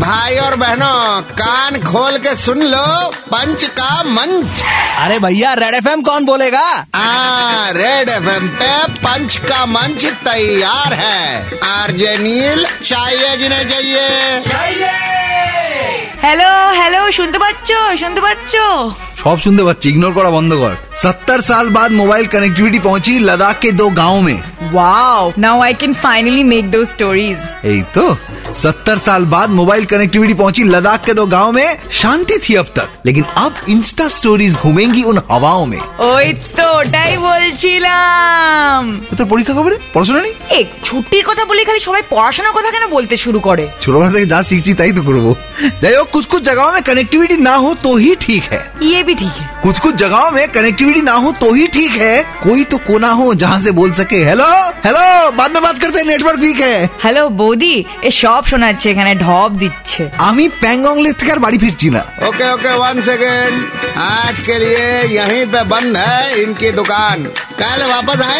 भाई और बहनों कान खोल के सुन लो पंच का मंच अरे भैया रेड एफ कौन बोलेगा आ, हाँ, रेड एफ पे पंच का मंच तैयार है आरजे नील चाहिए जिन्हें चाहिए হ্যালো হ্যালো শুনতে পাচ্ছ শুনতে পাচ্ছ সব শুনতে পাচ্ছি ইগনোর করা বন্ধ কর सत्तर साल बाद मोबाइल कनेक्टिविटी पहुंची लद्दाख के दो गांवों में wow now I can finally make those stories यही तो सत्तर साल बाद मोबाइल कनेक्टिविटी पहुंची लद्दाख के दो गांव में शांति थी अब तक लेकिन अब इंस्टा स्टोरीज घूमेंगी उन हवाओं में ওই তো ওটাই বলছিলাম তো তোর পরীক্ষা খবরে পড়াশোনা নেই এ ছুটির কথা বলে খালি সবাই পড়াশোনার কথা কেন বলতে শুরু করে ছোটবেলা থেকে যা শিখছি তাই তো করবো যাই হোক कुछ कुछ जगहों में कनेक्टिविटी ना हो तो ही ठीक है ইয়ে ভি ঠিক হ্যায়। कुछ कुछ जगहों में कनेक्टिविटी ना हो तो ही ठीक है कोई तो कोना हो जहाँ से बोल सके हेलो हेलो बाद में बात करते हैं नेटवर्क वीक है হ্যালো বৌদি এ সব শোনাচ্ছে এখানে ঢপ দিচ্ছে আমি প্যাংগংলের থেকে আর বাড়ি ফিরছি না ओके ओके वन सेकेंड आज के लिए यहीं पे बंद है इनकी दुकान कल वापस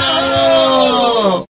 रहो